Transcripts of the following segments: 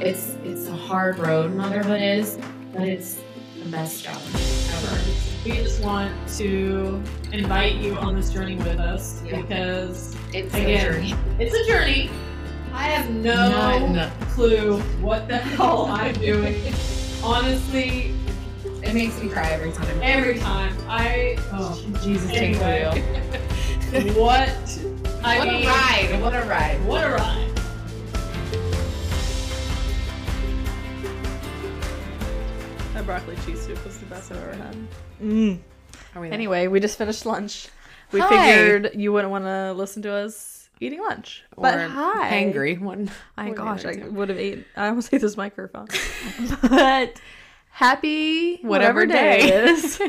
It's it's a hard road, motherhood is, but it's the best job ever. We just want to invite you on this journey with us Yeah. because It's Again, it's a journey. I have no None. clue what the hell I'm doing. Honestly, It makes me cry every time. every time I oh, Jesus takes the Anyway. wheel. what I What mean, a ride! What a ride! what a ride. That broccoli cheese soup was the best I've ever had. Mm. Are we there? Anyway, we just finished lunch. We Hi. figured you wouldn't want to listen to us eating lunch. But Or hi. Hangry one. My Or gosh, I whatever. would have eaten. I almost ate this microphone. but happy whatever, Whatever day, day. it is.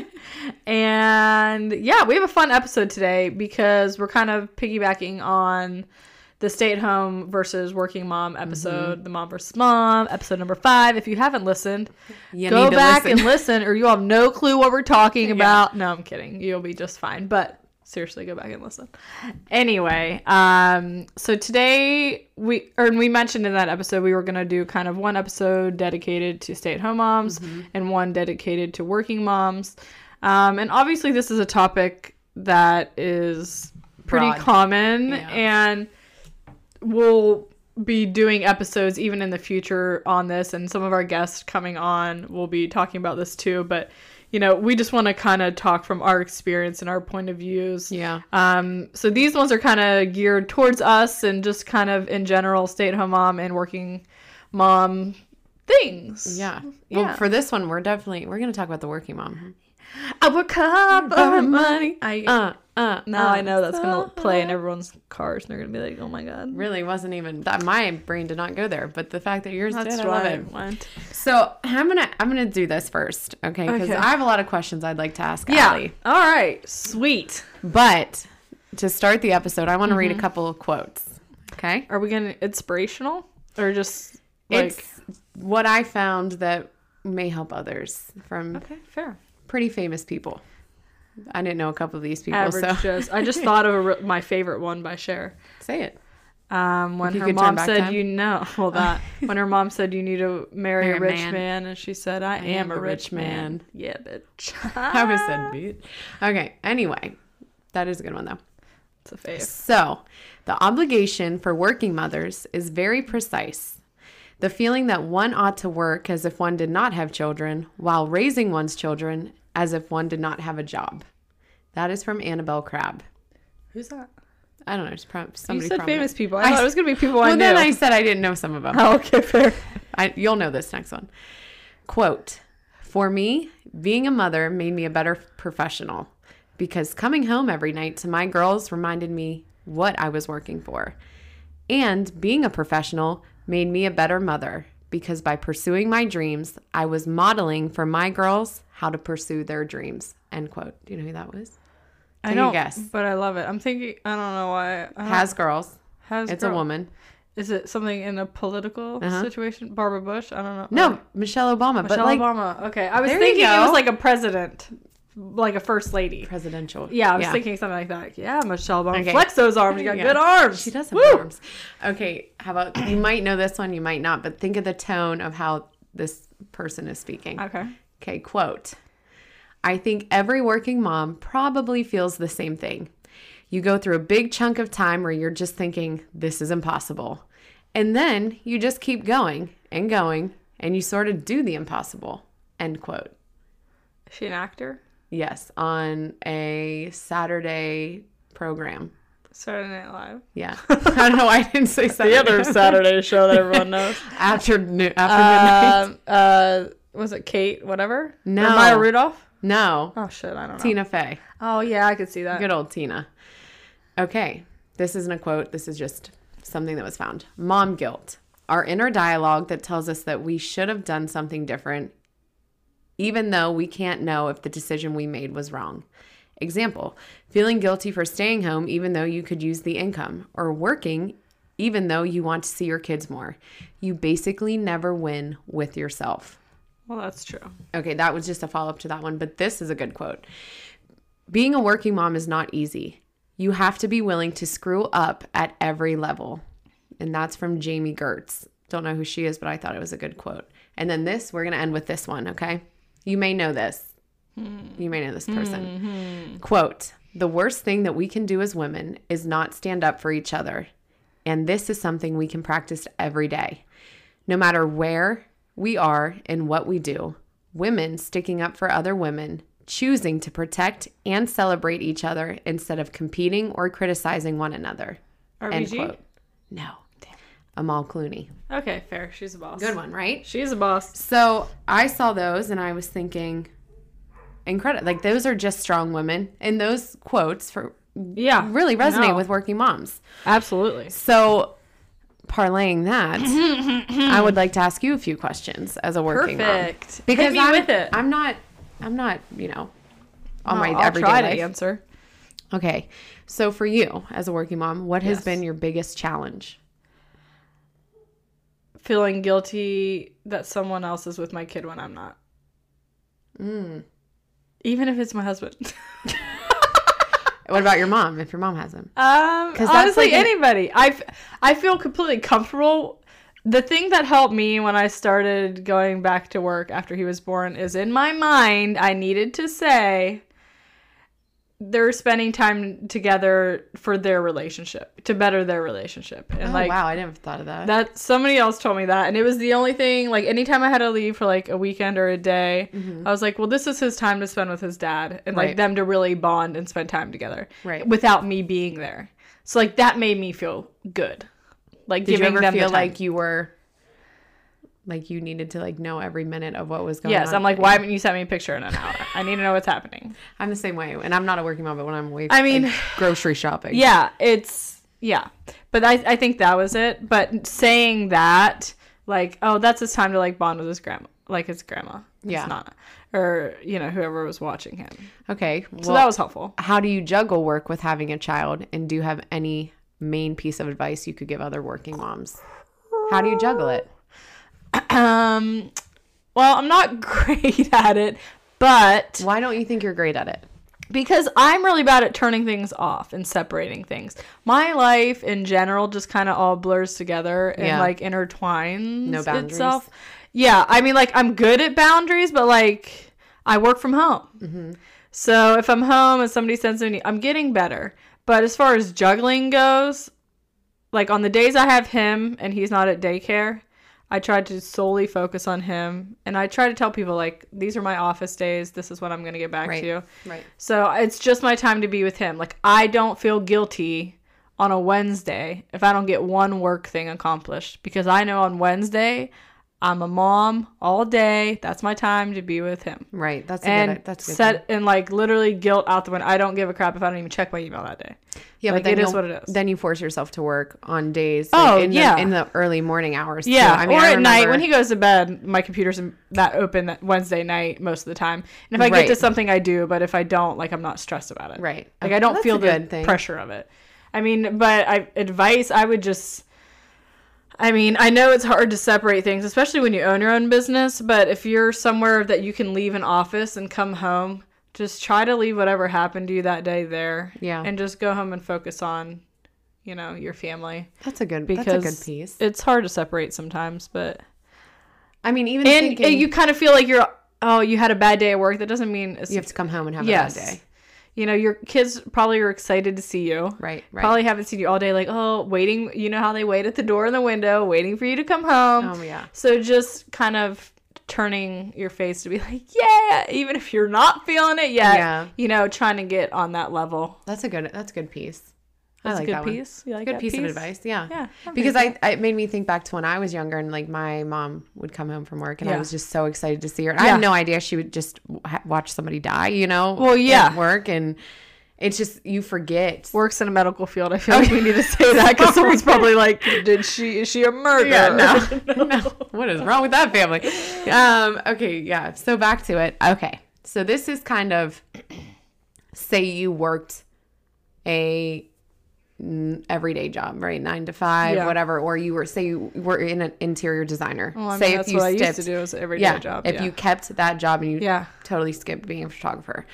and yeah, we have a fun episode today because we're kind of piggybacking on the stay at home versus working Mm-hmm. mom episode, the mom versus mom, episode number five. If you haven't listened, You go need to back listen. and listen, or you'll have no clue what we're talking Yeah. about. No, I'm kidding. You'll be just fine. But seriously, go back and listen. Anyway, um, so today we or we mentioned in that episode we were gonna do kind of one episode dedicated to stay at home moms Mm-hmm. and one dedicated to working moms. Um, and obviously, this is a topic that is pretty Broad. common Yeah. and we'll be doing episodes even in the future on this and some of our guests coming on will be talking about this too but you know we just want to kind of talk from our experience and our point of views Yeah. um so these ones are kind of geared towards us and just kind of in general stay-at-home mom and working mom things Yeah. Uh, Well, Yeah. for this one, we're definitely we're gonna talk about the working mom. i work hard for Um, money i Uh, uh. now uh, i know that's gonna play in everyone's cars and they're gonna be like oh my god Really wasn't even that. My brain did not go there, but the fact that yours that's did, why I love I it. went. So I'm gonna I'm gonna do this first, okay? Because Okay. I have a lot of questions I'd like to ask Yeah. Allie. All right. Sweet. But to start the episode, I want to read Mm-hmm. a couple of quotes. Okay, Are we getting inspirational or just like it's what I found that may help others from okay, fair. pretty famous people. I didn't know a couple of these people, Average so Joe's. I just thought of a, re- my favorite one by Cher. say it. Um, when you her could turn mom back said, time? "You know," well that when her mom said, "You need to marry Marry a a rich man. man. and she said, "I, am, a rich man. man." Yeah, bitch. I was Ah. said beat. Okay. Anyway, that is a good one though. it's a face. So, the obligation for working mothers is very precise. The feeling that one ought to work as if one did not have children while raising one's children as if one did not have a job. That is from Annabelle Crabb. Who's that? I don't know. It's probably You somebody said prominent. famous people. I, I thought s- it was gonna be people Well, I knew. then I said I didn't know some of them. Oh, okay, fair. I, you'll know this next one. Quote For me, being a mother made me a better professional because coming home every night to my girls reminded me what I was working for. And being a professional made me a better mother because by pursuing my dreams, I was modeling for my girls how to pursue their dreams. End quote. Do you know who that was? I Take a don't guess. but I love it. I'm thinking. I don't know why. I Has girls. Uh, has It's a girl- woman. Is it something in a political Uh-huh. situation? Barbara Bush? I don't know. Oh, No, Michelle Obama. but Michelle like Obama. Okay, I was There you thinking it go. was like a president, like a first lady. presidential. Yeah, I was thinking something like that. Yeah, Michelle Obama. Okay. Flex those arms. You got Yeah. good arms. She does have Woo! good arms. Okay, how about you might know this one, you might not, but think of the tone of how this person is speaking. Okay. Okay, quote. I think every working mom probably feels the same thing. You go through a big chunk of time where you're just thinking, this is impossible. And then you just keep going and going and you sort of do the impossible. End quote. Is she an actor? Yes, on a Saturday program. Saturday Night Live. Yeah. I don't know why I didn't say Saturday. Saturday show that everyone knows. After, no- after midnight. um, uh, was it Kate? Whatever. No. Or Maya Rudolph. No. Oh shit, I don't know. Tina Fey. Oh yeah, I could see that. Good old Tina. Okay. This isn't a quote. This is just something that was found. Mom guilt. Our inner dialogue that tells us that we should have done something different, even though we can't know if the decision we made was wrong. Example feeling guilty for staying home, even though you could use the income, or working, even though you want to see your kids more. You basically never win with yourself. Well, that's true. Okay, that was just a follow up to that one, but this is a good quote. Being a working mom is not easy. You have to be willing to screw up at every level. And that's from Jamie Gertz. Don't know who she is, but I thought it was a good quote. And then this, we're going to end with this one, okay? You may know this. You may know this person. Quote The worst thing that we can do as women is not stand up for each other. And this is something we can practice every day. No matter where we are and what we do, women sticking up for other women, choosing to protect and celebrate each other instead of competing or criticizing one another. End RBG? quote. No. Amal Clooney. Okay, fair. She's a boss. Good one, right? She's a boss. So I saw those and I was thinking, incredible. Like, those are just strong women. And those quotes for Yeah. really resonate No. with working moms. Absolutely. So, parlaying that, I would like to ask you a few questions as a working mom. Perfect. Hit Because me I'm, with it. I'm not, I'm not, you know, on my I'll- I'll everyday try life. to answer. Okay, so for you as a working mom, what has Yes. been your biggest challenge? Feeling guilty that someone else is with my kid when I'm not. Mm. Even if it's my husband. What about your mom? If your mom has them, Um, 'Cause that's honestly, like an- anybody. I f- I feel completely comfortable. The thing that helped me when I started going back to work after he was born is in my mind, I needed to say they're spending time together for their relationship, to better their relationship. And oh like, wow, I never thought of that. that somebody else told me that, and it was the only thing. Like anytime I had to leave for like a weekend or a day, I was like, "Well, this is his time to spend with his dad, and like Mm-hmm. Right. them to really bond and spend time together, Right. Without me being there, so like that made me feel good. Like Did you giving ever them feel the time. like you were, like you needed to like know every minute of what was going on? yes, I'm like, why haven't you sent me a picture in an hour? I need to know what's happening. I'm the same way, and I'm not a working mom, but when I'm away, I mean- like, grocery shopping. Yeah, it's yeah. But I I think that was it. But saying that, like, oh, that's his time to like bond with his grandma, like his grandma, his Yeah. nana, or you know whoever was watching him. Okay. Well, So that was helpful. how do you juggle work with having a child, and do you have any main piece of advice you could give other working moms? How do you juggle it? Um, well, I'm not great at it, but Why don't you think you're great at it? because I'm really bad at turning things off and separating things, my life in general just kind of all blurs together and Yeah. like intertwines No boundaries. itself. Yeah, I mean, like I'm good at boundaries, but like I work from home, Mm-hmm. so if I'm home and somebody sends me, I'm getting better. But as far as juggling goes, like on the days I have him and he's not at daycare, I try to solely focus on him, and I try to tell people like these are my office days. This is when I'm going to get back Right. to you. Right. So it's just my time to be with him. Like I don't feel guilty on a Wednesday if I don't get one work thing accomplished because I know on Wednesday I'm a mom all day. That's my time to be with him. Right. That's a And good. That's a good. set thing. and like literally guilt out the window. I don't give a crap if I don't even check my email that day. Yeah, like, but then it is you'll- what it is. Then you force yourself to work on days. Oh, in yeah. The, in the early morning hours. too. Yeah, I mean, or I at night remember- when he goes to bed, my computer's in- that open that Wednesday night most of the time. And if I get to Right. something, I do. But if I don't, like I'm not stressed about it. Right. Like I don't That's feel a the good thing. pressure of it. I mean, but I advice I would just. I mean, I know it's hard to separate things, especially when you own your own business. But if you're somewhere that you can leave an office and come home, just try to leave whatever happened to you that day there. Yeah. And just go home and focus on, you know, your family That's a good. because that's a good piece. it's hard to separate sometimes, but I mean, even and thinking you you, kind of feel like you're oh you had a bad day at work. That doesn't mean it's, have to come home and have yes. a bad day. You know your kids probably are excited to see you. Right. Right. Probably haven't seen you all day. Like oh waiting. You know how they wait at the door and the window waiting for you to come home. Oh, yeah. So just kind of turning your face to be like yeah, even if you're not feeling it yet. Yeah. You know trying to get on that level. That's a good. That's a good piece. I That's like a good that one. piece. You like good that piece, of advice. Yeah. Yeah, I'm Because pretty I, I it made me think back to when I was younger and like my mom would come home from work and I Yeah. was just so excited to see her. And I Yeah. had no idea she would just w- ha- watch somebody die, you know? Well, yeah. At work and it's just you forget. works in a medical field. I feel like we need to say that because someone's probably like, "Did she? Is she a murderer?" no. no. What is wrong with that family? Um, okay, yeah. So back to it. Okay. So this is kind of say you worked a n- everyday job, right? 9 to 5, Yeah. whatever, or you were say you were in an interior designer. Well, Oh, I mean, say that's if you what I used skipped to do as an everyday yeah, job. if yeah. you kept that job and you yeah. totally skipped being a photographer.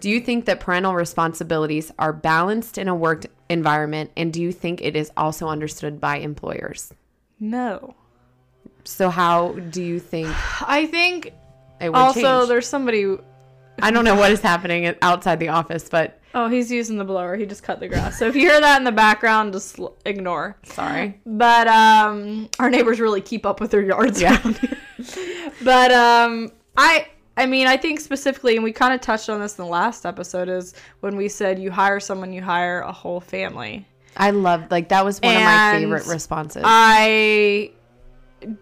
Do you think that parental responsibilities are balanced in a work environment and do you think it is also understood by employers? No. So how do you think I think it would also change? there's somebody. I don't know what is happening outside the office, but Oh, he's using the blower. He just cut the grass. So if you hear that in the background, just l- ignore. sorry. But um, our neighbors really keep up with their yards. Yeah. around here. but um, I I mean I think specifically, and we kind of touched on this in the last episode, is when we said you hire someone, you hire a whole family. I loved like that was one And um, of my favorite responses. I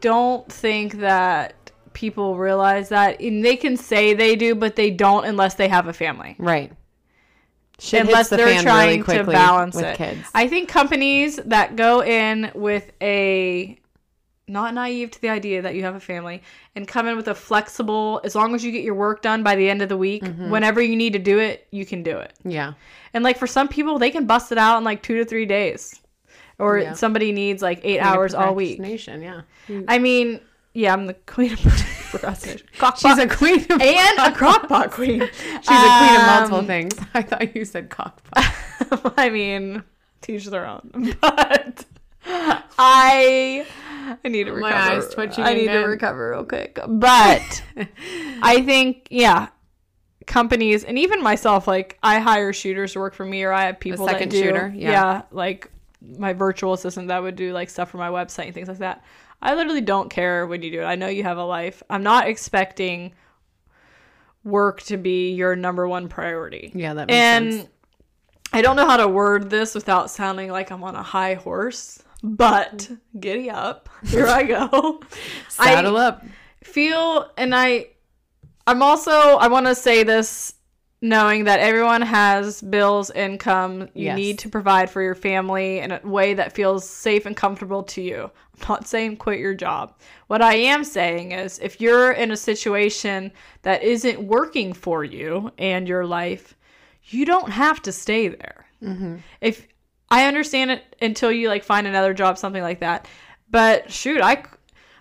don't think that people realize that, and they can say they do, but they don't unless they have a family. right. Shit unless hits the they're fan trying really to quickly balance with it. kids. I think companies that go in with a not naive to the idea that you have a family and come in with a flexible as long as you get your work done by the end of the week Mm-hmm. whenever you need to do it you can do it yeah. and like for some people they can bust it out in like two to three days or Yeah. somebody needs like eight hours all week Procrastination, Yeah. I mean, yeah, I'm the queen of procrastination. She's a queen. Of, she's and a crockpot queen. a queen of Um, multiple things. I thought you said cockpot. things. I mean, teach their own. But I, I need to My recover. eyes twitching I need to again. recover real quick. But I think, yeah, companies and even myself, like I hire shooters to work for me, or I have people second that do, shooter, yeah. like my virtual assistant that would do like stuff for my website and things like that. I literally don't care when you do it. I know you have a life. I'm not expecting work to be your number one priority. Yeah, that makes and sense. I don't know how to word this without sounding like I'm on a high horse, but giddy up. Here I go. Saddle up. feel and I I'm also I want to say this knowing that everyone has bills, income, you Yes. need to provide for your family in a way that feels safe and comfortable to you. I'm not saying quit your job. What I am saying is if you're in a situation that isn't working for you and your life, you don't have to stay there. If I understand it until you like find another job, something like that. But shoot, I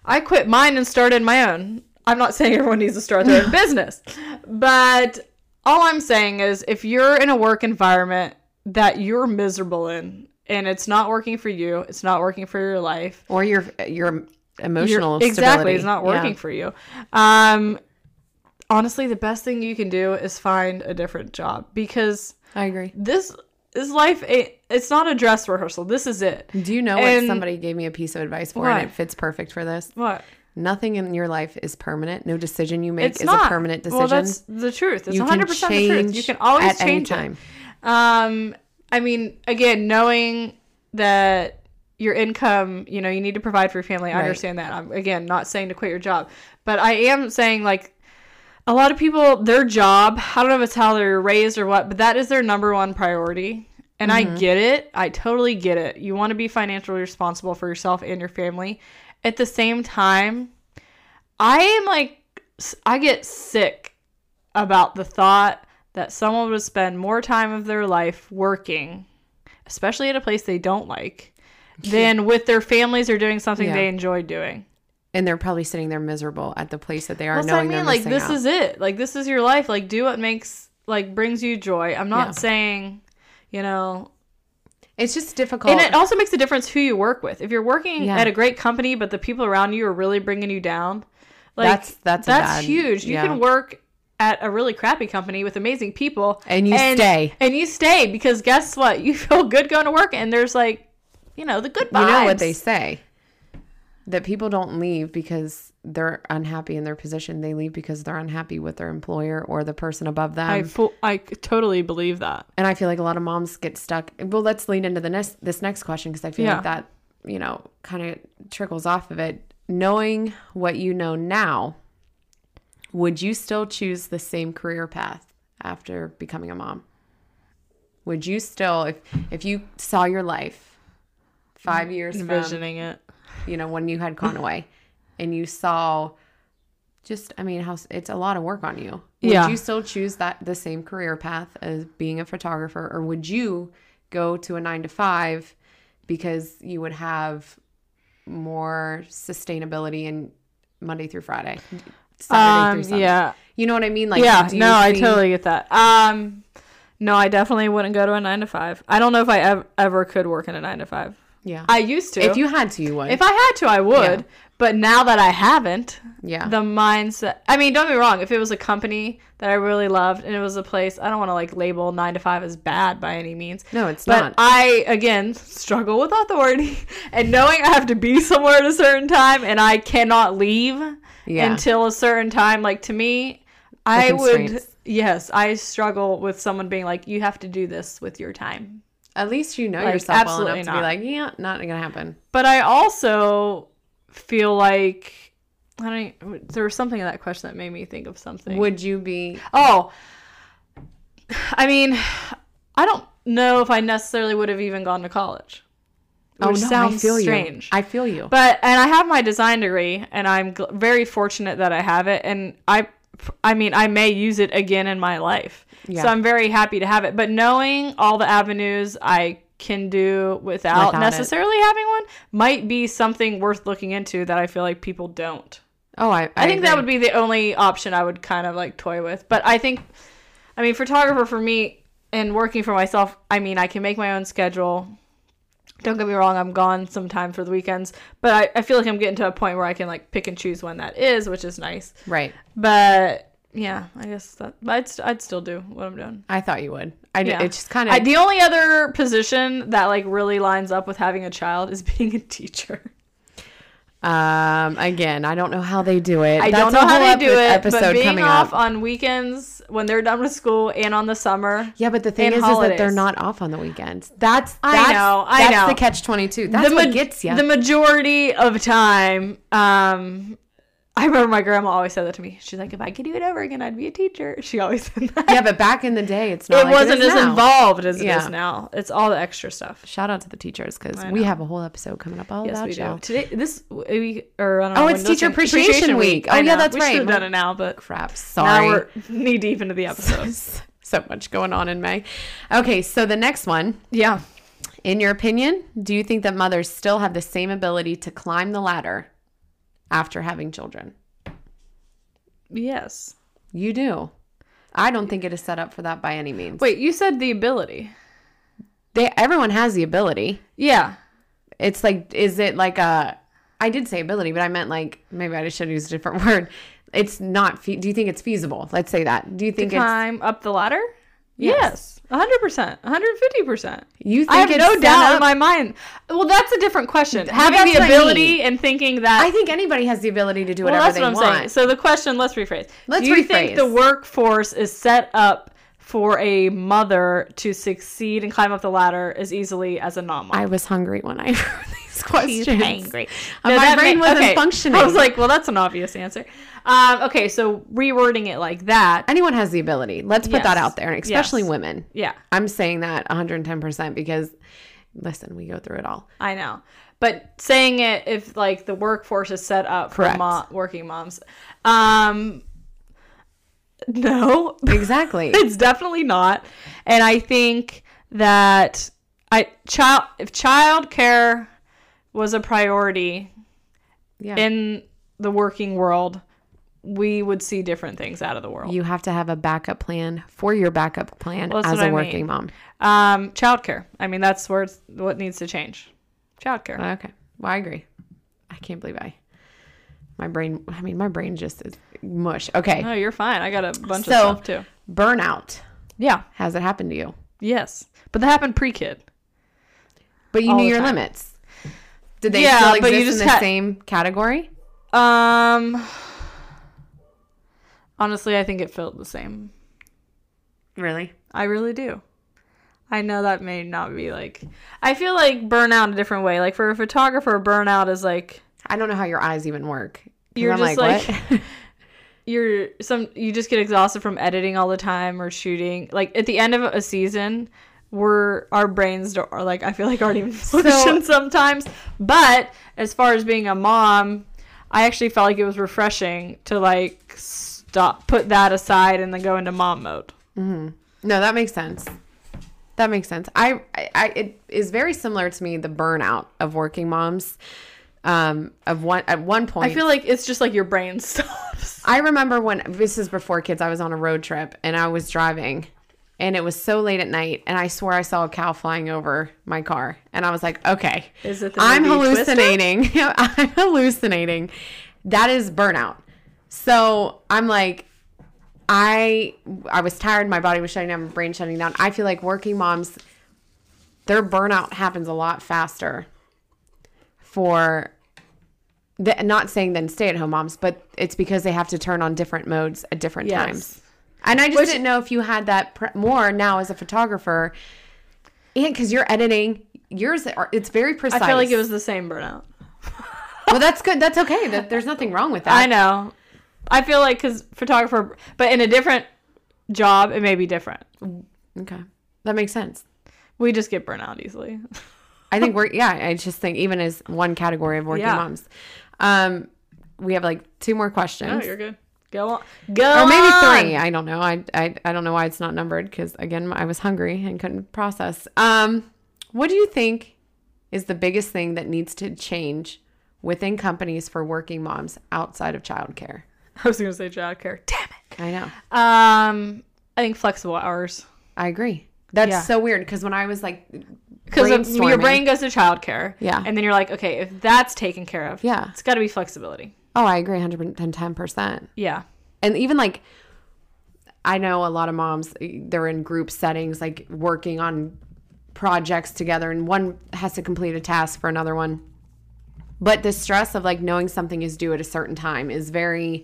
I quit mine and started my own. I'm not saying everyone needs to start their own business, but all I'm saying is if you're in a work environment that you're miserable in and it's not working for you, it's not working for your life. Or your your you're- emotional exactly, stability. it's not Yeah. working for you. Um honestly, the best thing you can do is find a different job because I agree. this is life ain't- it's not a dress rehearsal. This is it. Do you know what And- somebody gave me a piece of advice for, What? and it fits perfect for this? What? Nothing in your life is permanent. No decision you make it's is not a permanent decision. Well, that's the truth. It's you 100% can the truth. change. You can always at change any time. it. Um, I mean, again, knowing that your income, you know, you need to provide for your family. I Right. understand that. I'm again not saying to quit your job, but I am saying like a lot of people, their job, I don't know if it's how they're raised or what, but that is their number one priority. And I get it. I totally get it. You want to be financially responsible for yourself and your family. At the same time, I am like, s- I get sick about the thought that someone would spend more time of their life working, especially at a place they don't like, than with their families or doing something Yeah. they enjoy doing. And they're probably sitting there miserable at the place that they are, That's what I knowing mean. they're Like, missing this out. is it. Like, this is your life. Like, do what makes, like, brings you joy. I'm not Yeah. saying, you know, It's just difficult. and it also makes a difference who you work with. If you're working Yeah. at a great company, but the people around you are really bringing you down, like, That's- that's a bad- huge. You yeah. can work at a really crappy company with amazing people And you stay. and you stay because guess what you feel good going to work and there's like you know the good vibes you know what they say that people don't leave because they're unhappy in their position. They leave because they're unhappy with their employer or the person above them. I fu- I totally believe that and I feel like a lot of moms get stuck. Well, let's lean into the next this next question because I feel Yeah. like that you know kind of trickles off of it. Knowing what you know now, would you still choose the same career path after becoming a mom? Would you still, if if you saw your life five years Um, from envisioning it you know, when you had Mm. Conway and you saw just, I mean, how it's a lot of work on you. Would Yeah. you still choose that the same career path as being a photographer, or would you go to a nine to five because you would have more sustainability in Monday through Friday, Saturday um, through Sunday? yeah You know what I mean? Like, yeah do you no I think- totally get that um no I definitely wouldn't go to a nine to five I don't know if I ev- ever could work in a nine to five Yeah. I used to. if you had to, you would. If I had to, I would. Yeah. But now that I haven't, yeah. the mindset. I mean, don't be wrong. If it was a company that I really loved and it was a place, I don't want to like label nine to five as bad by any means. no, it's But not. I again struggle with authority and knowing I have to be somewhere at a certain time and I cannot leave yeah. until a certain time. Like to me, I would constraints. yes, I struggle with someone being like, you have to do this with your time. At least you know Like, yourself well absolutely enough to not. be like, yeah, not gonna happen. But I also feel like I don't. e, There was something in that question that made me think of something. Would you be? oh, I mean, I don't know if I necessarily would have even gone to college. Which Oh no, sounds I feel strange. you. I feel you. But and I have my design degree, and I'm gl- very fortunate that I have it. And I, I mean, I may use it again in my life. Yeah. So I'm very happy to have it. But knowing all the avenues I can do without, Without it. necessarily having one might be something worth looking into that I feel like people don't. oh, I. I, I, think that would be the only option I would kind of like toy with. But I think, I mean, photographer for me and working for myself, I mean, I can make my own schedule. Don't get me wrong, I'm gone sometimes for the weekends, but I, I feel like I'm getting to a point where I can like pick and choose when that is, which is nice. right. But yeah, I guess that but I'd, st- I'd still do what I'm doing. I thought you would. I. Yeah. It's just kind I, of. the only other position that like really lines up with having a child is being a teacher. Um. Again, I don't know how they do it. I That's don't know a how whole they ep- do it, but episode being coming off up. on weekends when they're done with school and on the summer. Yeah, but the thing and is, is that they're holidays. not off on the weekends. That's, I that's know, I that's know. the catch twenty two. That's the what ma- gets you. The majority of time, um, I remember my grandma always said that to me. She's like, "If I could do it over again, I'd be a teacher." She always said that. yeah, but back in the day, it's not. it like wasn't is as now. involved as it Yeah. is now. It's all the extra stuff. Shout out to the teachers because I we know. have a whole episode coming up all Yes, about we do. y'all. Today, this we or I don't Oh, know. it's when Teacher listening- Appreciation Week. Oh, I yeah, know. that's we should right. have done it now, but Crap. now Sorry. we're knee deep into the episode. so much going on in May. Okay, so the next one. yeah. In your opinion, do you think that mothers still have the same ability to climb the ladder after having children? Yes. You do. I don't think it is set up for that by any means. Wait, you said the ability. They everyone has the ability. Yeah. It's like is it like a I did say ability, but I meant like maybe I should use a different word. It's not fe- do you think it's feasible? Let's say that. Do you think it's Climb up the ladder? Yes. Yes. 100%. 150%. you think I have it's no set doubt up- in my mind. Well, that's a different question. Having that's the what I ability mean. and thinking that. I think anybody has the ability to do well, whatever that's they what I'm want. saying. So the question, let's rephrase. Let's Do you think rephrase. the workforce is set up for a mother to succeed and climb up the ladder as easily as a non I mom? was hungry when I heard these questions. No, my that brain ma- wasn't okay. functioning. I was like, well, that's an obvious answer. Um, okay, so rewording it like that. anyone has the ability. Let's put that Yes. out there, and especially Yes. women. yeah. I'm saying that 110% because listen, we go through it all. I know. But saying it if like the workforce is set up Correct. for mo- working moms. Um no, Exactly. it's definitely not. And I think that I child if childcare was a priority Yeah. in the working world, we would see different things out of the world. you have to have a backup plan for your backup plan Well, that's as what a I working mean. mom. Um childcare. I mean that's where it's, what needs to change. Childcare. Okay. Well, I agree. I can't believe I. My brain, I mean, my brain just is mush. Okay. no, you're fine. I got a bunch So- of stuff too. Burnout. Yeah. Has it happened to you? Yes. But that happened pre-kid. But you All knew the your time. limits. Did they Yeah, still exist but you just in the had- same category? Um, honestly, I think it felt the same. Really? I really do. I know that may not be like. I feel like burnout a different way. Like for a photographer, burnout is like I don't know how your eyes even work. 'Cause You're I'm just what? you're some. You just get exhausted from editing all the time or shooting. Like at the end of a season, we're our brains do- are like I feel like aren't even functioning sometimes. But as far as being a mom, I actually felt like it was refreshing to like stop, put that aside, and then go into mom mode. No, that makes sense. That makes sense. I, I, I it is very similar to me the burnout of working moms. Um, of one at one point, I feel like it's just like your brain stops. I remember when this is before kids. I was on a road trip and I was driving, and it was so late at night and I swear I saw a cow flying over my car and I was like, okay, Is it the I'm movie Twister? hallucinating. I'm hallucinating. That is burnout. So I'm like, I I was tired. My body was shutting down. My brain shutting down. I feel like working moms, their burnout happens a lot faster. For the, not saying than stay at home moms, but it's because they have to turn on different modes at different Yes. times. And I just didn't know if you had that pre- more now as a photographer, and because you're editing yours, are, it's very precise. I feel like it was the same burnout. well. That's good. That's okay. That, there's nothing wrong with I that. know. I feel like because photographer, but in a different job, it may be different. Okay, that makes sense. We just get burnout easily. I think we're yeah. I just think even as one category of working Yeah. moms, um, we have like two more questions, Oh, good. Go on. Go or maybe three. on. I don't know. I I, I don't know why it's not numbered because again, I was hungry and couldn't process. Um, what do you think is the biggest thing that needs to change within companies for working moms outside of childcare? I was gonna say childcare. Damn it. I know. Um, I think flexible hours I agree. That's Yeah. so weird because when I was like, because your Brainstorming. brain goes to childcare. Yeah. and then you're like, okay, if that's taken care of, Yeah. it's got to be flexibility. oh, I agree, hundred and ten percent. Yeah, and even like i know a lot of moms eh, they're in group settings like working on projects together and one has to complete a task for another one but the stress of like knowing something is due at a certain time is very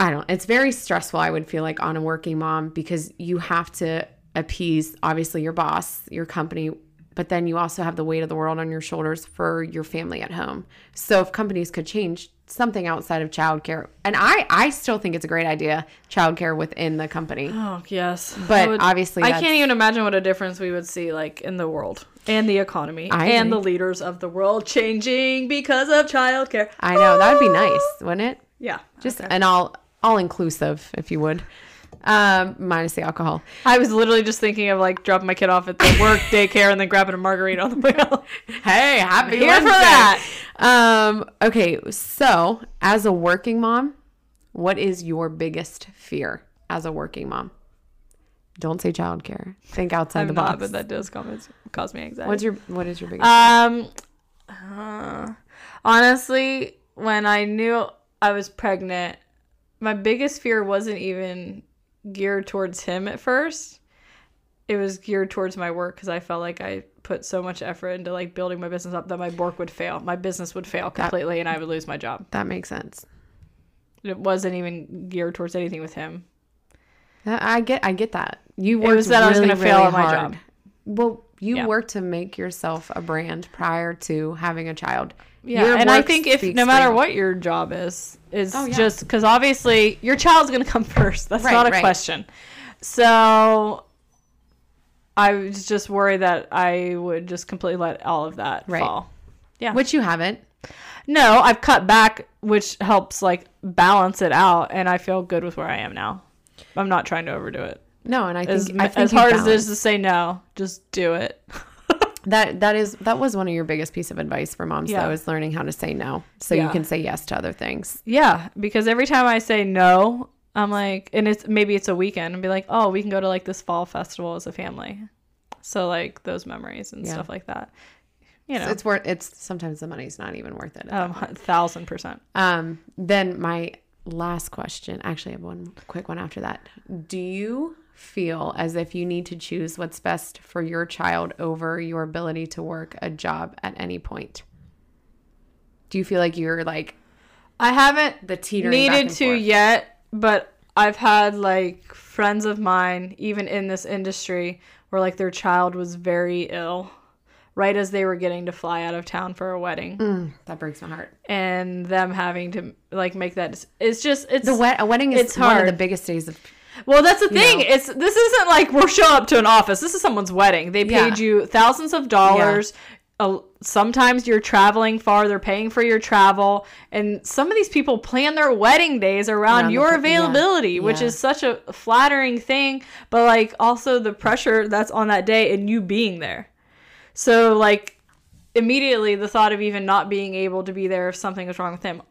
i don't it's very stressful i would feel like on a working mom because you have to appease obviously your boss your company but then you also have the weight of the world on your shoulders for your family at home so if companies could change something outside of childcare and i i still think it's a great idea childcare within the company Oh yes, But I obviously I that's- can't even imagine what a difference we would see like in the world and the economy I and agree. the leaders of the world changing because of childcare. i know that would be nice wouldn't it Yeah, just okay. an all all inclusive if you would um minus the alcohol I was literally just thinking of like dropping my kid off at the work daycare and then grabbing a margarita on the way out. hey happy Here for that. um okay so as a working mom what is your biggest fear as a working mom don't say childcare think outside I'm the not, box but that does cause, cause me anxiety. what's your what is your biggest Um, uh, honestly, when I knew I was pregnant, my biggest fear wasn't even geared towards him at first. It was geared towards my work because I felt like I put so much effort into like building my business up that my work would fail. My business would fail completely, and I would lose my job. that makes sense It wasn't even geared towards anything with him. Uh, I I get I get that you worked was that I was really, gonna fail really at my hard. job. well you Yeah. worked to make yourself a brand prior to having a child Yeah, Your and I work think if speaks no for matter you. Oh, what your job is, is yeah. just because obviously your child's going to come first. That's Right, not a right. question. So I was just worried that I would just completely let all of that Right. fall. which you haven't No, I've cut back, which helps like balance it out, and I feel good with where I am now. I'm not trying to overdo it. No, and I think, As, I think as you hard as it is balanced- to say no, just do it. that that is that was one of your biggest piece of advice for moms Yeah. though is learning how to say no so you Yeah. can say yes to other things. Yeah, because every time I say no, I'm like, and it's maybe it's a weekend and be like, oh, we can go to like this fall festival as a family. So like those memories and Yeah. stuff like that. You know, It's worth it's sometimes the money's not even worth it. um, a thousand percent. Um then my last question, actually I have one quick one after that. Do you feel as if you need to choose what's best for your child over your ability to work a job at any point? Do you feel like you're like I haven't the teetering back needed and to forth? yet, but I've had like friends of mine, even in this industry, where like their child was very ill right as they were getting to fly out of town for a wedding Mm, that breaks my heart. and them having to like make that dec- it's just it's The wed- a wedding is It's one of the hard. biggest days of Well, that's the thing. know? It's this isn't like we're showing up to an office. This is someone's wedding. They Yeah. paid you thousands of dollars. Uh, sometimes you're traveling far. They're paying for your travel, and some of these people plan their wedding days around, Around the your pl- yeah. availability, which Yeah. is such a flattering thing. But like also the pressure that's on that day and you being there. So like immediately the thought of even not being able to be there if something was wrong with him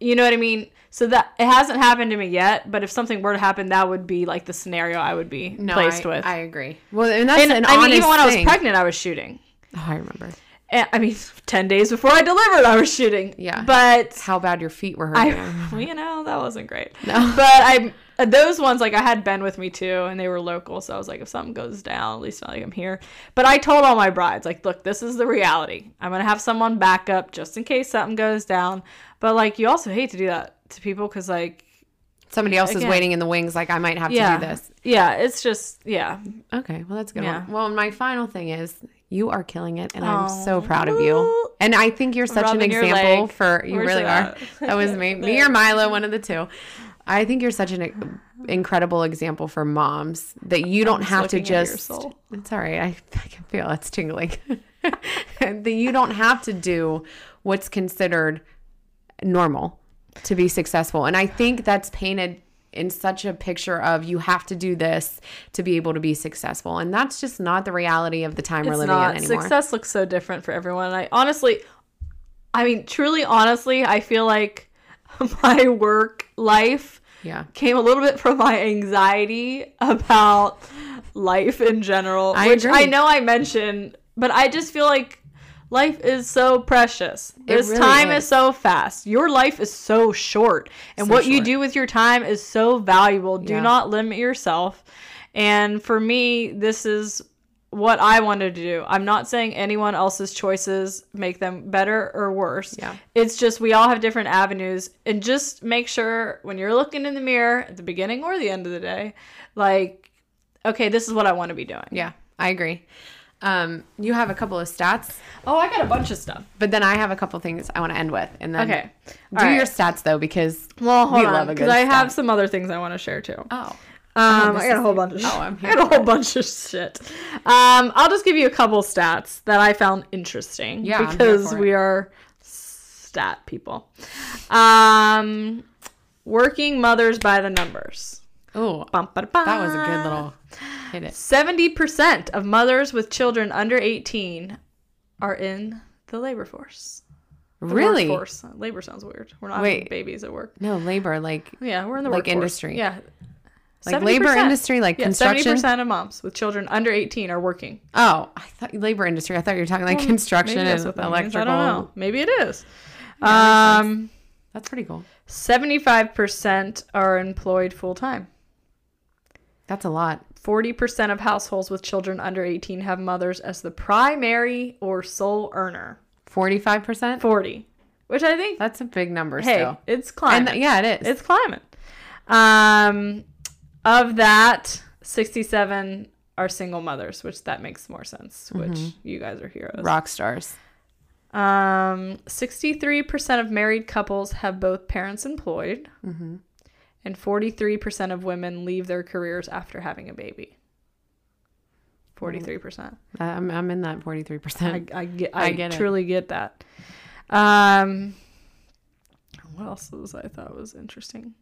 you know what I mean? So that it hasn't happened to me yet, but if something were to happen, that would be like the scenario I would be No, placed I, with. I agree. Well, and that's and an I mean, honest even when I was thing. pregnant, I was shooting. Oh, I remember And, I mean, ten days before I delivered, I was shooting. Yeah. but how bad your feet were hurting. I, well, you know, that wasn't great. um, No. But I, uh, those ones, like I had Ben with me too, and they were local, so I was like, if something goes down, at least not like I'm here. But I told all my brides, like, look, this is the reality. I'm gonna have someone back up just in case something goes down. But like, you also hate to do that to people because like, Somebody else is Again. waiting in the wings, like I might have yeah, to do this. yeah, it's just yeah. Okay, well that's a good. Yeah. One. Well, and my final thing is you are killing it, and I'm so Aw. proud of you. And I think you're such Rubbing an your example leg. for you. Where's really it are. at? That was me, me or Milo, one of the two. I think you're such an e, incredible example for moms that you don't just have to looking at your just. soul. It's all right. I, I can feel it's tingling. that you don't have to do what's considered normal to be successful. And I think that's painted in such a picture of you have to do this to be able to be successful. And that's just not the reality of the time we're It's living not. in anymore. Success looks so different for everyone. I honestly, I mean, truly, honestly, I feel like my work life Yeah. came a little bit from my anxiety about life in general, I which agree. I know I mentioned, but I just feel like life is so precious. This really time is. is. so fast. Your life is so short, and So what you short. do with your time is so valuable. Do Yeah. not limit yourself. And for me, this is what I wanted to do. I'm not saying anyone else's choices make them better or worse. Yeah. It's just we all have different avenues and just make sure when you're looking in the mirror at the beginning or the end of the day, like okay, this is what I want to be doing. Yeah. I agree. Um, you have a couple of stats, Oh, I got a bunch of stuff. but then I have a couple things I want to end with. And then Okay. do All right. your stats though, because Well, hold We love on a because good I have stat. some other things I want to share too. oh, Um, this I got is- a whole bunch of oh, I'm I got a whole bunch of shit. Um, I'll just give you a couple stats that I found interesting. Yeah, I'm here because for it. we are stat people. Um, working mothers by the numbers. oh, Bum, that was a good little hit. It. Seventy percent of mothers with children under eighteen are in the labor force. The Really? workforce. Labor sounds weird. We're not Wait. having babies at work. No labor, like Yeah, we're in the Like workforce. industry. Yeah. like labor 70%. industry, like Yeah, seventy construction. percent of moms with children under eighteen are working. Oh, I thought labor industry. I thought you were talking like Well, construction Maybe and that's what electrical. that means. I don't know. Maybe it is. Yeah, Um, That's pretty cool. seventy-five percent are employed full time. That's a lot. Forty percent of households with children under eighteen have mothers as the primary or sole earner. Forty-five percent. Forty, which I think, That's a big number hey, still. it's And climbing. th- yeah, it is. It's climbing. Um, of that, sixty-seven are single mothers, which that makes more sense. Which Mm-hmm. you guys are heroes. rock stars. Um, 63% of married couples have both parents employed, and 43% of women leave their careers after having a baby. 43%. percent Uh, I'm, I'm in that forty-three I, percent. I get, I, I get it. truly get that. Um, what else was I thought was interesting?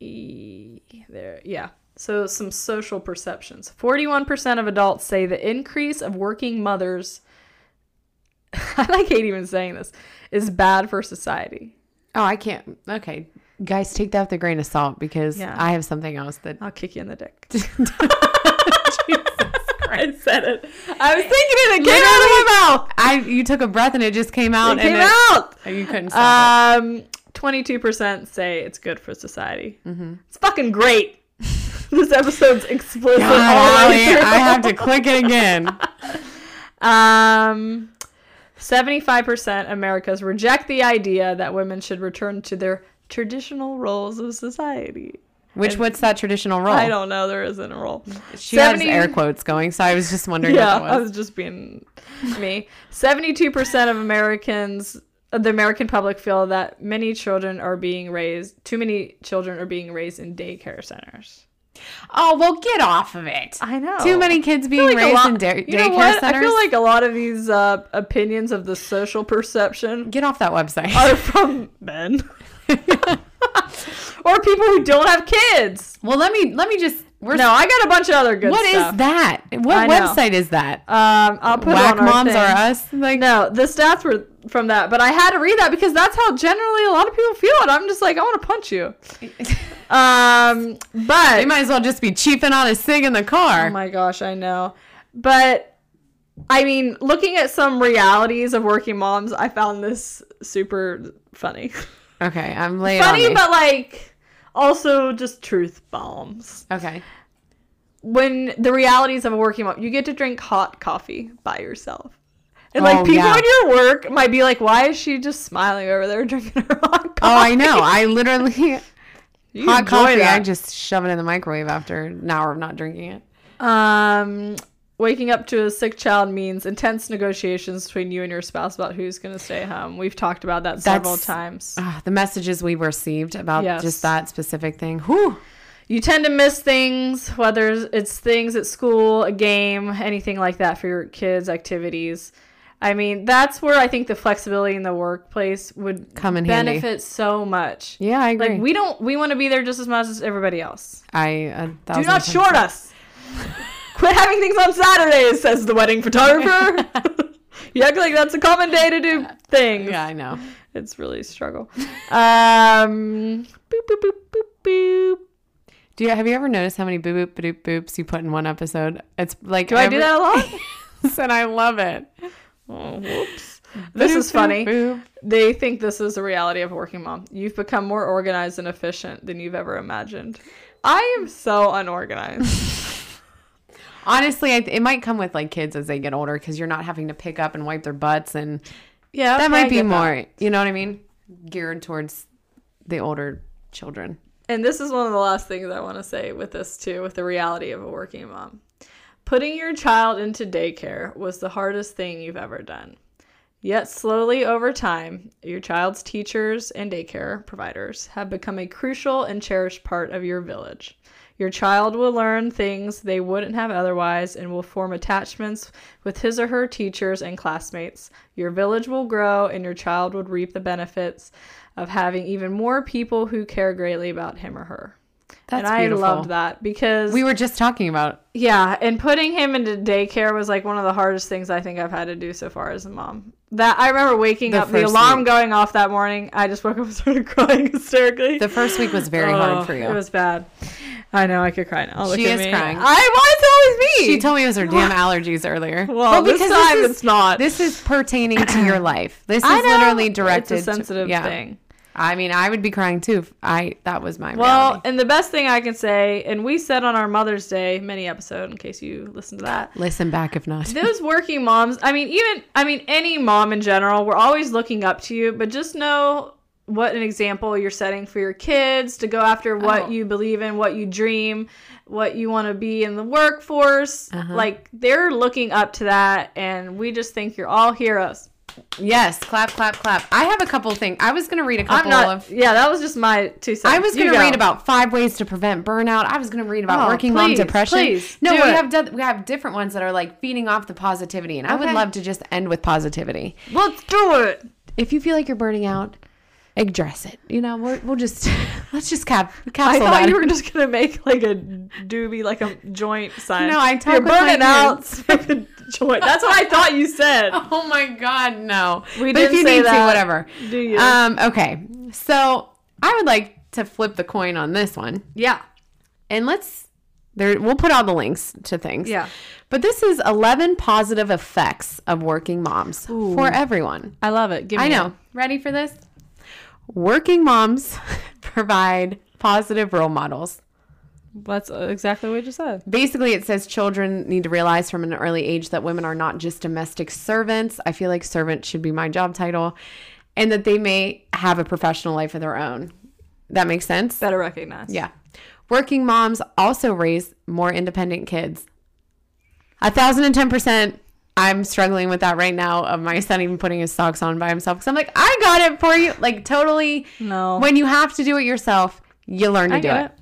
E, there, yeah. So some social perceptions. Forty-one percent of adults say the increase of working mothers. I hate even saying this is bad for society. Oh, I can't. Okay, guys, take that with a grain of salt because Yeah. I have something else that. I'll kick you in the dick. I said it. I was thinking it. It came out of my mouth. I you took a breath and it just came out. It and came out. You couldn't stop Um, twenty-two percent say it's good for society. Mm-hmm. It's fucking great. this episode's explicit. it. God, all the way Allie, through. I have to click it again. Um, seventy-five percent Americans reject the idea that women should return to their traditional roles of society. Which what's that traditional role? I don't know. There isn't a role. She has air quotes going, so I was just wondering Yeah, what I that was. was just being me. Seventy-two percent of Americans, of the American public, feel that many children are being raised. Too many children are being raised in daycare centers. Oh well, get off of it. I know. Too many kids being Like a raised lot- in da- you know daycare what? centers. I feel like a lot of these uh, opinions of the social perception Get off that website. are from men or people who don't have kids. well, let me let me just. We're, No, I got a bunch of other good what is stuff. that? I What know. website is that? Um, I'll put it Whack on our moms thing. are us. Like No, the stats were from that, but I had to read that because that's how generally a lot of people feel. And I'm just like, I want to punch you. Um, but They might as well just be cheaping on his thing in the car. Oh my gosh, I know. But I mean, looking at some realities of working moms, I found this super funny. okay, I'm late. funny, on me. but like also just truth bombs. okay. When the realities of a working mom, you get to drink hot coffee by yourself. And Oh, like people yeah. in your work might be like, why is she just smiling over there drinking her hot coffee? Oh, I know. I literally You hot enjoy coffee. that. I just shove it in the microwave after an hour of not drinking it. Um, waking up to a sick child means intense negotiations between you and your spouse about who's going to stay home. We've talked about that several That's- times. Ah, the messages we received about Yes. just that specific thing. Whew. You tend to miss things, whether it's things at school, a game, anything like that for your kids' activities. I mean, that's where I think the flexibility in the workplace would Come in handy. benefit so much. Yeah, I agree. Like we don't, we want to be there just as much as everybody else. I a Do thousand not times- short us. Quit having things on Saturdays, says the wedding photographer. you act like that's a common day to do things. Yeah, I know. It's really a struggle. Um, boop, boop, boop, boop, boop. Do you have you ever noticed how many boop boop boop boops you put in one episode? It's like Do I do that a lot? and I love it. oh, whoops. This is Boop, boop, funny. boop. They think this is the reality of a working mom. You've become more organized and efficient than you've ever imagined. I am so unorganized. Honestly, I th- it might come with like kids as they get older because you're not having to pick up and wipe their butts, and yeah, that okay, I might be get that. more. You know what I mean? Geared towards the older children. And this is one of the last things I want to say with this, too, with the reality of a working mom. Putting your child into daycare was the hardest thing you've ever done. Yet, slowly over time, your child's teachers and daycare providers have become a crucial and cherished part of your village. Your child will learn things they wouldn't have otherwise and will form attachments with his or her teachers and classmates. Your village will grow and your child would reap the benefits of having even more people who care greatly about him or her. That's and I beautiful. loved that because We were just talking about yeah, and putting him into daycare was like one of the hardest things I think I've had to do so far as a mom. That I remember waking The up, the first alarm week. going off that morning. I just woke up and started crying hysterically. the first week was very Oh, hard for you. It was bad. I know I could cry now. Look She at is me. crying. I why it's always me. she told me it was her damn allergies earlier. Well, this time is, it's not. This is pertaining to your life. This is I know, literally it's directed. a sensitive to, yeah. thing. I mean, I would be crying too. If I that was my Well, reality. and the best thing I can say, and we said on our Mother's Day mini episode, in case you listened to that, Listen back if not. those working moms i mean even i mean any mom in general we're always looking up to you but just know what an example you're setting for your kids to go after what Oh. you believe in what you dream what you want to be in the workforce like they're looking up to that and we just think you're all heroes Yes, clap, clap, clap. I have a couple things. I was gonna read a couple i'm not of. yeah that was just my two cents I was You going to go. read about five ways to prevent burnout. I was going to read about Oh, working mom please, depression. please, no, do we it. have done, we have different ones that are like feeding off the positivity, and I would Okay. love to just end with positivity. let's do it if you feel like you're burning out, address it. You know, we're, we'll just let's just cap I capsule thought that. you were just gonna make like a doobie, like a joint sign. No, I talk You're with my burning out. like a joint. That's what I thought you said. oh my god, no. We but if didn't you say need to, that. whatever. Do you? Um, okay, so I would like to flip the coin on this one, yeah, and let's there. We'll put all the links to things. Yeah. But this is 11 positive effects of working moms for everyone. I love it. Give me I know. Ready for this? Working moms provide positive role models. it. That's exactly what you said. basically it says children need to realize from an early age that women are not just domestic servants i feel like servant should be my job title and that they may have a professional life of their own that makes sense Better recognized. yeah working moms also raise more independent kids a thousand and ten percent i'm struggling with that right now of my son even putting his socks on by himself because i'm like i got it for you like totally No. when you have to do it yourself you learn to I do it. get it.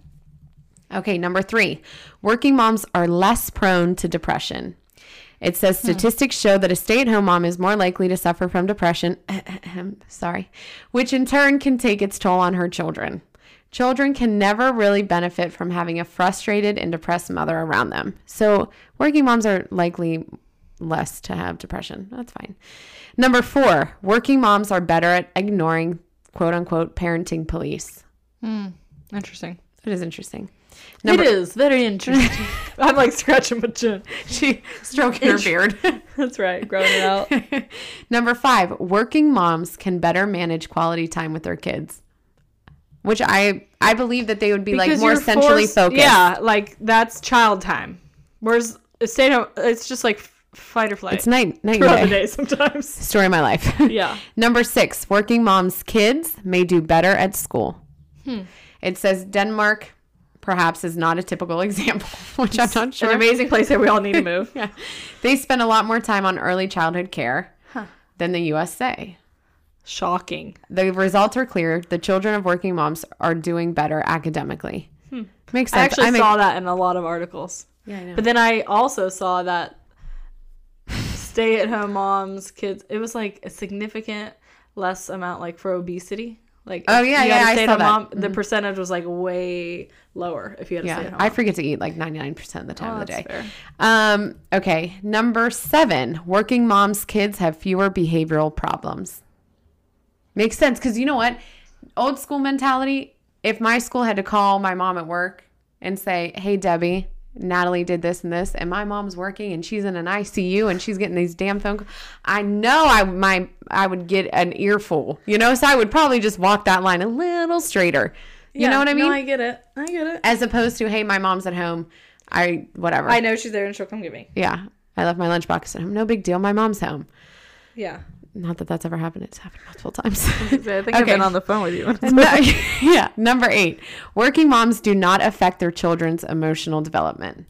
Okay, number three, working moms are less prone to depression. It says statistics show that a stay at home mom is more likely to suffer from depression, sorry, which in turn can take its toll on her children. Children can never really benefit from having a frustrated and depressed mother around them. So, working moms are likely less to have depression. That's fine. Number four, working moms are better at ignoring quote unquote parenting police. Interesting. That is interesting. it is very interesting. I'm like scratching my chin. She stroking her beard. That's right, growing it out. Number five, working moms can better manage quality time with their kids, which I I believe that they would be like Because more you're centrally forced- focused. Yeah, like that's child time. Whereas a stay at home, it's just like f- fight or flight it's night night and throughout the day. day sometimes. Story of my life. Yeah. Number six, working moms' kids may do better at school. Hmm. It says Denmark perhaps is not a typical example, which I'm not sure. An amazing place that we all need to move. Yeah. They spend a lot more time on early childhood care than the USA. Shocking. The results are clear. The children of working moms are doing better academically. Makes Hmm. I sense. actually mean- saw that in a lot of articles. Yeah, I know. But then I also saw that stay at home moms, kids, it was like a significant less amount like for obesity. Like Oh, if yeah, you yeah, had I a stay at saw home mom, that. the percentage was like way lower if you had a stay at yeah, home. Oh, I forget to eat like 99% of the time of the that's day. fair. Um, okay, number seven working moms' kids have fewer behavioral problems. Makes sense because you know what? Old school mentality if my school had to call my mom at work and say, Hey, Debbie, Natalie did this and this, and my mom's working and she's in an ICU and she's getting these damn phone calls. I know I my I would get an earful, you know, so I would probably just walk that line a little straighter. You know what I mean? I get it. I get it. as opposed to hey my mom's at home i whatever I know she's there and she'll come get me. yeah i left my lunchbox at home no big deal my mom's home Yeah. not that that's ever happened it's happened multiple times I think I've been on the phone with you. No- yeah number eight working moms do not affect their children's emotional development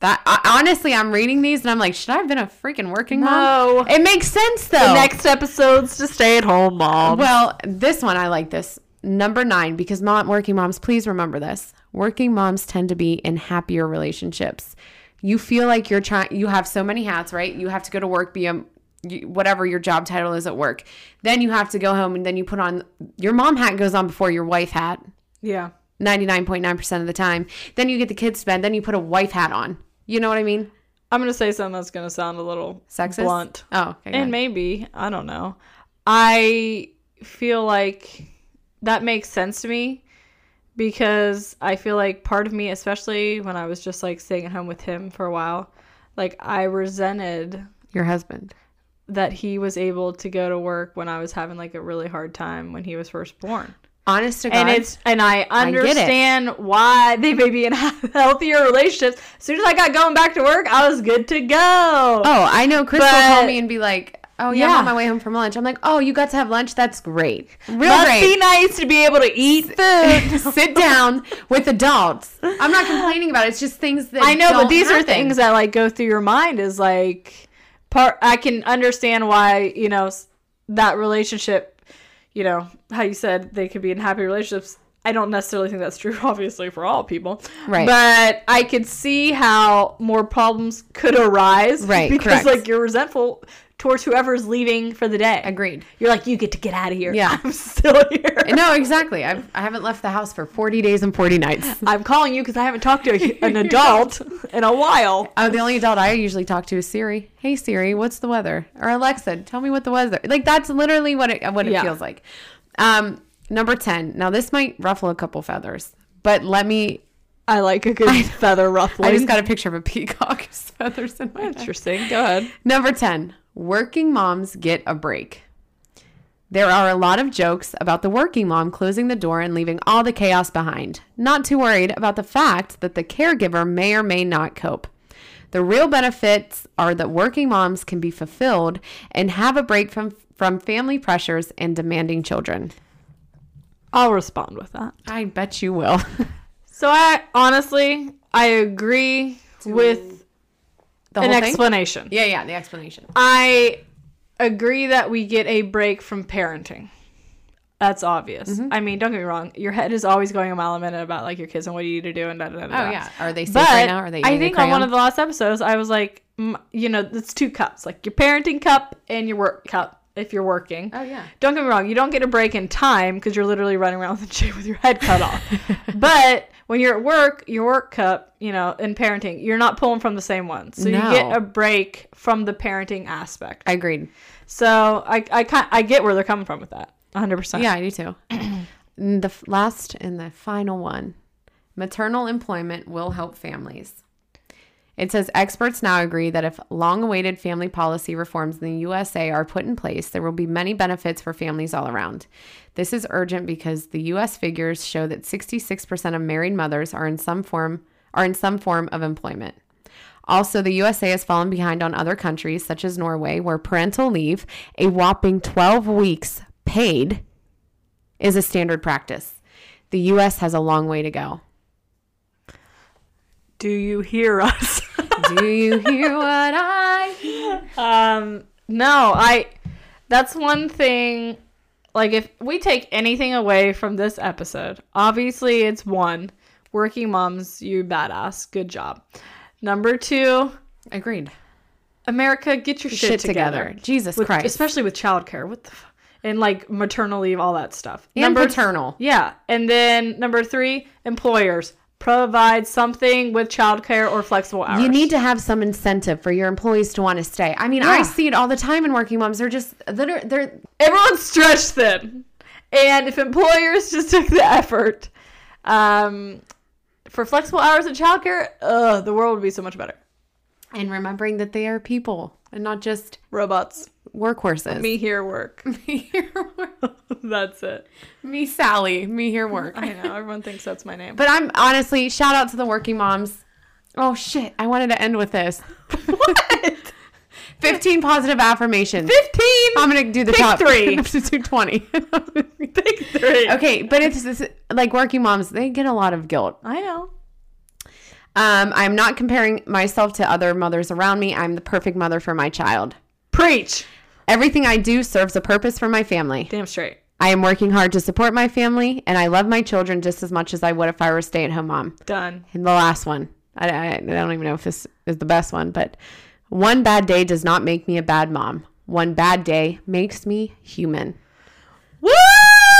that I, honestly i'm reading these and i'm like should i have been a freaking working No. mom it makes sense though Next episode's to stay at home mom. Well, this one I like this. Number nine, because mom working moms, please remember this. Working moms tend to be in happier relationships. You feel like you're trying you have so many hats, right? You have to go to work, be a you- whatever your job title is at work. Then you have to go home and then you put on your mom hat goes on before your wife hat. Yeah. 99.9% of the time. Then you get the kids to bed, then you put a wife hat on. You know what I mean? I'm gonna say something that's gonna sound a little Sexist. blunt. Oh, okay. go And ahead. maybe, I don't know. I feel like that makes sense to me because I feel like part of me, especially when I was just like staying at home with him for a while, like I resented your husband. that he was able to go to work when I was having like a really hard time when he was first born. Honest to God. And it's and I get it. understand why they may be in healthier relationships. As soon as I got going back to work, I was good to go. Oh, I know. Chris will But- call me and be like, "Oh yeah, I'm Yeah. on my way home from lunch." I'm like, "Oh, you got to have lunch? That's great. Real Must be great. nice to be able to eat food. Sit down with adults. I'm not complaining about it. It's just things that I know, don't but these are happen. things that like go through your mind is like part I can understand why, you know, s- that relationship, you know, how you said they could be in happy relationships. I don't necessarily think that's true obviously for all people. Right. But I could see how more problems could arise Right, because correct. like you're resentful towards whoever's leaving for the day. Agreed. You're like you get to get out of here. Yeah. I'm still here. No, exactly. I've, I haven't left the house for 40 days and 40 nights. I'm calling you because I haven't talked to a, an adult in a while. Oh, the only adult I usually talk to is Siri. Hey Siri, what's the weather? Or Alexa, tell me what the weather. Like that's literally what it what it Yeah. feels like. Um, number 10. Now this might ruffle a couple feathers, but let me I like a good feather ruffling. I just got a picture of a peacock's feathers in my head. interesting. Go ahead. Number 10, working moms get a break. There are a lot of jokes about the working mom closing the door and leaving all the chaos behind, not too worried about the fact that the caregiver may or may not cope. The real benefits are that working moms can be fulfilled and have a break from, from family pressures and demanding children. I'll respond with that. I bet you will. So I honestly, I agree with the an whole thing? explanation. yeah, yeah, the explanation. I agree that we get a break from parenting. That's obvious. Mm-hmm. I mean, don't get me wrong. Your head is always going a mile a minute about like your kids and what do you need to do and da da da. Oh, yeah. Are they safe But right now? Are they eating I a think on one crayon? of the last episodes, I was like, mm, you know, it's two cups, like your parenting cup and your work cup. If you're working, Oh, yeah. Don't get me wrong, you don't get a break in time because you're literally running around with a chair with your head cut off. but when you're at work, your work cup, you know, in parenting, you're not pulling from the same one. So No. you get a break from the parenting aspect. I agreed. so I I ki- I get where they're coming from with that. 100%. Yeah, I do too. And the f- last and the final one maternal employment will help families. It says experts now agree that if long awaited family policy reforms in the USA are put in place, there will be many benefits for families all around. This is urgent because the US figures show that 66% of married mothers are in some form are in some form of employment. Also, the USA has fallen behind on other countries such as Norway where parental leave, a whopping 12 weeks paid, is a standard practice. The US has a long way to go. Do you hear us? Do you hear what I um no, I that's one thing like if we take anything away from this episode, obviously it's one, working moms, you badass, good job. Number 2, agreed? America, get your shit, Shit together. together. Jesus With- Christ. Especially with childcare. What the f- and like maternal leave, all that stuff. and number paternal. Yeah. And then number three, employers. Provide something with childcare or flexible hours. You need to have some incentive for your employees to want to stay. I mean, I Yeah. see it all the time in working moms. They're just they're they're everyone's stretched thin. And if employers just took the effort um, for flexible hours and childcare, uh, the world would be so much better. and remembering that they are people and not just Robots, workhorses. me here work. me here work. that's it. Me Sally, me here work. I know everyone thinks that's my name. But I'm honestly, shout out to the working moms. Oh shit, I wanted to end with this. what? 15 positive affirmations. Fifteen. I'm gonna do the Pick top three. I'm gonna do 20. Big three. okay, but it's this, like working moms, they get a lot of guilt. I know. Um, I'm not comparing myself to other mothers around me. I'm the perfect mother for my child. Preach. Everything I do serves a purpose for my family. Damn straight. I am working hard to support my family, and I love my children just as much as I would if I were a stay at home mom. Done. And the last one, I, I, I don't even know if this is the best one, but one bad day does not make me a bad mom. One bad day makes me human. Woo!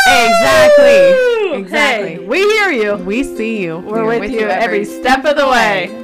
Exactly. Exactly. Hey, we hear you. We see you. We're with, you every step of the way.